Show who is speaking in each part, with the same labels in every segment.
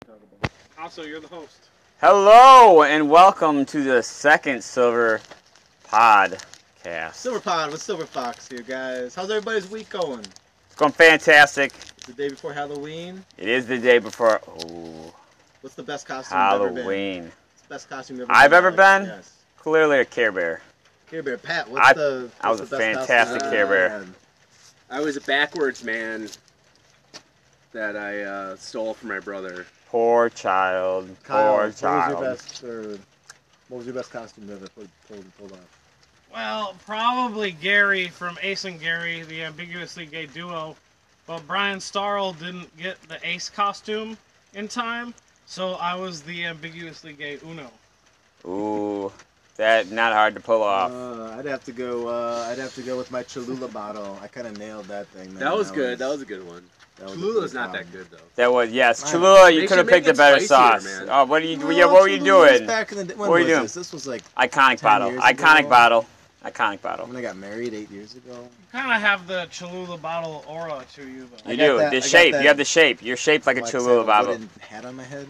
Speaker 1: Incredible. Also, you're the host.
Speaker 2: Hello and welcome to the second Silver Podcast.
Speaker 3: Silver Pod with Silver Fox here, guys. How's everybody's week going?
Speaker 2: It's going fantastic.
Speaker 3: It's the day before Halloween.
Speaker 2: It is the day before oh,
Speaker 3: What's the best costume you've ever been?
Speaker 2: Halloween.
Speaker 3: It's the best costume you've ever
Speaker 2: I've
Speaker 3: been,
Speaker 2: ever
Speaker 3: Alex.
Speaker 2: been?
Speaker 3: Yes.
Speaker 2: Clearly a Care Bear.
Speaker 3: Care Bear Pat. What's
Speaker 2: I-
Speaker 3: the?
Speaker 2: I
Speaker 3: what's
Speaker 2: was
Speaker 3: the
Speaker 2: a
Speaker 3: best costume
Speaker 2: fantastic
Speaker 3: you've
Speaker 2: Care
Speaker 3: ever
Speaker 2: Bear.
Speaker 3: had?
Speaker 4: Um, I was a backwards man that I uh, stole from my brother.
Speaker 2: Poor child.
Speaker 3: Kyle,
Speaker 2: poor
Speaker 3: what was your
Speaker 2: child.
Speaker 3: best? Or, what was your best costume you ever pulled, pulled, pulled off?
Speaker 1: Well, probably Gary from Ace and Gary, the ambiguously gay duo. But Brian Starl didn't get the Ace costume in time, so I was the ambiguously gay Uno.
Speaker 2: Ooh, that not hard to pull off.
Speaker 3: Uh, I'd have to go. Uh, I'd have to go with my Cholula bottle. I kind of nailed Oh, that thing. Man.
Speaker 4: That was good. That was a good one.
Speaker 3: that was a
Speaker 4: Cholula's not
Speaker 3: one.
Speaker 4: that good though.
Speaker 2: That was yes,
Speaker 3: Mine-
Speaker 2: Cholula. You
Speaker 4: They
Speaker 2: could have
Speaker 4: should make
Speaker 2: picked a
Speaker 4: it
Speaker 2: better
Speaker 4: spicier,
Speaker 2: sauce.
Speaker 4: man.
Speaker 2: Oh, what are you?
Speaker 3: Well,
Speaker 2: yeah, what were you
Speaker 3: Cholula was
Speaker 2: doing?
Speaker 3: Back in the day, when
Speaker 2: What were you
Speaker 3: was
Speaker 2: doing?
Speaker 3: This? this was like
Speaker 2: Iconic
Speaker 3: 10
Speaker 2: bottle.
Speaker 3: years
Speaker 2: Iconic
Speaker 3: ago.
Speaker 2: bottle. Iconic bottle.
Speaker 3: when I got married eight years ago.
Speaker 1: Kind of have the Cholula bottle aura to you, though.
Speaker 2: You
Speaker 3: got
Speaker 2: do
Speaker 3: that- I
Speaker 2: the
Speaker 3: got
Speaker 2: shape.
Speaker 3: that.
Speaker 2: You have the shape. You're shaped like a
Speaker 3: Like,
Speaker 2: Cholula
Speaker 3: I have
Speaker 2: bottle.
Speaker 3: wooden hat on my head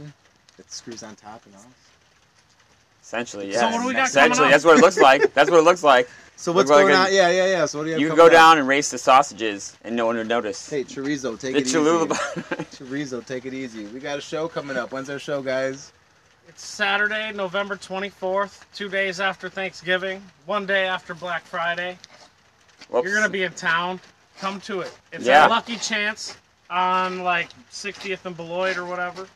Speaker 3: that screws on top and off.
Speaker 2: Essentially,
Speaker 3: So
Speaker 2: yes.
Speaker 3: what do we got coming
Speaker 2: Essentially,
Speaker 1: up?
Speaker 2: that's what it looks like. That's what it looks like.
Speaker 3: So
Speaker 2: Look
Speaker 3: what's
Speaker 2: like
Speaker 3: going
Speaker 2: a-
Speaker 3: on? Yeah, yeah, yeah. So what do you? Have
Speaker 2: You can go
Speaker 3: coming up?
Speaker 2: down and race the sausages, and no one would notice.
Speaker 3: Hey, chorizo, take
Speaker 2: the
Speaker 3: it
Speaker 2: Cholula.
Speaker 3: easy.
Speaker 2: bottle-
Speaker 3: Chorizo, take it easy. We got a show coming up. When's our show, guys?
Speaker 1: It's Saturday, November 24th, two days after Thanksgiving, one day after Black Friday.
Speaker 2: Whoops.
Speaker 1: You're going to be in town. Come to it. It's
Speaker 2: Yeah.
Speaker 1: a lucky chance on like 60th and Beloit or whatever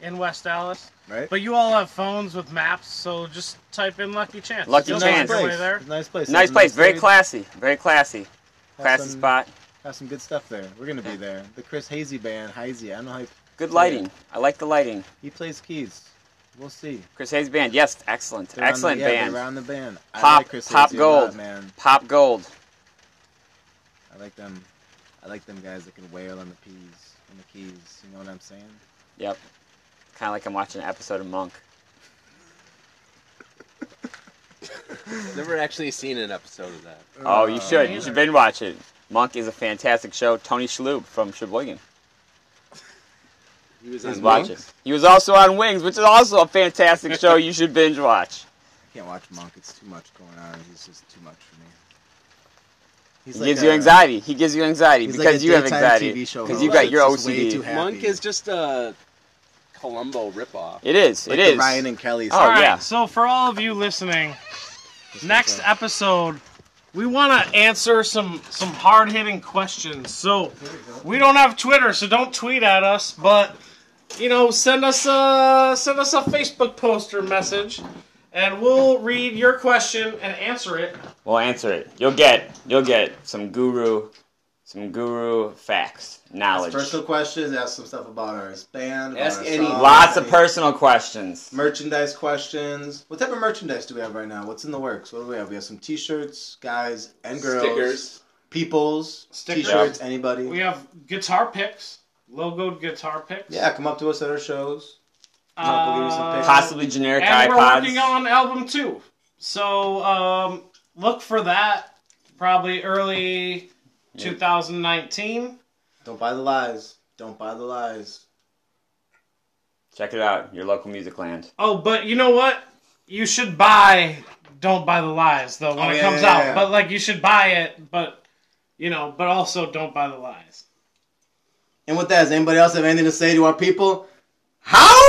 Speaker 1: in West Dallas.
Speaker 3: Right.
Speaker 1: But you all have phones with maps, so just type in lucky chance.
Speaker 2: Lucky
Speaker 1: You'll
Speaker 2: Good
Speaker 3: It's
Speaker 1: find
Speaker 2: chance.
Speaker 3: a
Speaker 1: your way
Speaker 3: Nice place.
Speaker 1: there.
Speaker 3: It's a nice place.
Speaker 2: nice
Speaker 3: It's a
Speaker 2: place. Very
Speaker 3: place.
Speaker 2: classy. Very classy.
Speaker 3: Have
Speaker 2: Classy
Speaker 3: some-
Speaker 2: spot.
Speaker 3: Have some good stuff there. We're gonna be there. The Chris Hazy band, Hazy. I don't know how he,
Speaker 2: Good lighting. I like the lighting.
Speaker 3: he plays keys. We'll see.
Speaker 2: Chris Hayes band. Yes, excellent.
Speaker 3: They're on the-
Speaker 2: excellent
Speaker 3: yeah,
Speaker 2: band.
Speaker 3: They're on the band. I
Speaker 2: Pop-
Speaker 3: like Chris
Speaker 2: Pop
Speaker 3: Hazy a lot,
Speaker 2: Gold.
Speaker 3: man.
Speaker 2: Pop gold.
Speaker 3: I like them. I like them guys that can wail on the peas and the keys. You know what I'm saying?
Speaker 2: Yep. Kind of like I'm watching an episode of Monk.
Speaker 4: Never actually seen an episode of that.
Speaker 2: Oh, you
Speaker 3: Uh,
Speaker 2: should. You
Speaker 1: neither.
Speaker 2: should binge watch it. Monk is a fantastic show. Tony Shalhoub from Sheboygan.
Speaker 4: He was
Speaker 2: Please
Speaker 4: on
Speaker 2: watch it. He was also on Wings, which is also a fantastic show. You should binge watch.
Speaker 3: I can't watch Monk. It's too much going on. He's just too much for me. He's
Speaker 2: He
Speaker 3: like
Speaker 2: gives
Speaker 3: a-
Speaker 2: you anxiety. He gives you anxiety
Speaker 3: he's
Speaker 2: because
Speaker 3: like a
Speaker 2: you have
Speaker 3: daytime
Speaker 2: anxiety
Speaker 3: TV show
Speaker 2: because
Speaker 3: host
Speaker 2: you got your
Speaker 3: that's just way too
Speaker 2: OCD.
Speaker 3: happy.
Speaker 4: Monk is just a Columbo ripoff.
Speaker 2: It is.
Speaker 3: Like
Speaker 2: it
Speaker 3: the
Speaker 2: is.
Speaker 3: Ryan and Kelly.
Speaker 2: Oh,
Speaker 1: all right,
Speaker 2: yeah.
Speaker 1: so for all of you listening,
Speaker 3: Just
Speaker 1: next
Speaker 3: like that.
Speaker 1: episode we want to answer some some hard-hitting questions so we don't have twitter so don't tweet at us but you know send us a send us a facebook post or message and we'll read your question and answer it
Speaker 2: We'll answer it. You'll get. You'll get some guru, some guru facts, knowledge,
Speaker 3: Personal questions. Ask some stuff about our band. about
Speaker 4: Ask
Speaker 3: our
Speaker 4: any-
Speaker 3: songs,
Speaker 2: lots of
Speaker 3: any
Speaker 2: personal questions.
Speaker 3: merchandise questions. What type of merchandise do we have right now? What's in the works? What do we have? We have some T-shirts, guys and girls.
Speaker 4: Stickers.
Speaker 3: Peoples.
Speaker 1: Stickers.
Speaker 3: T-shirts. Anybody.
Speaker 1: we have guitar picks logoed guitar picks
Speaker 3: Yeah, come up to us at our shows.
Speaker 1: Uh,
Speaker 3: We'll give you some pictures.
Speaker 2: Possibly generic
Speaker 1: and we're
Speaker 2: iPods.
Speaker 1: working on album two so um, look for that probably early 2019
Speaker 3: Don't buy the lies. Don't buy the lies.
Speaker 2: Check it out. Your local music land.
Speaker 1: Oh, but you know what? You should buy. Don't buy the lies though when
Speaker 3: Oh,
Speaker 1: it
Speaker 3: yeah,
Speaker 1: comes
Speaker 3: yeah,
Speaker 1: out.
Speaker 3: yeah.
Speaker 1: But like you should buy it, but you know, but also don't buy the lies.
Speaker 3: And with that, does anybody else have anything to say to our people? How?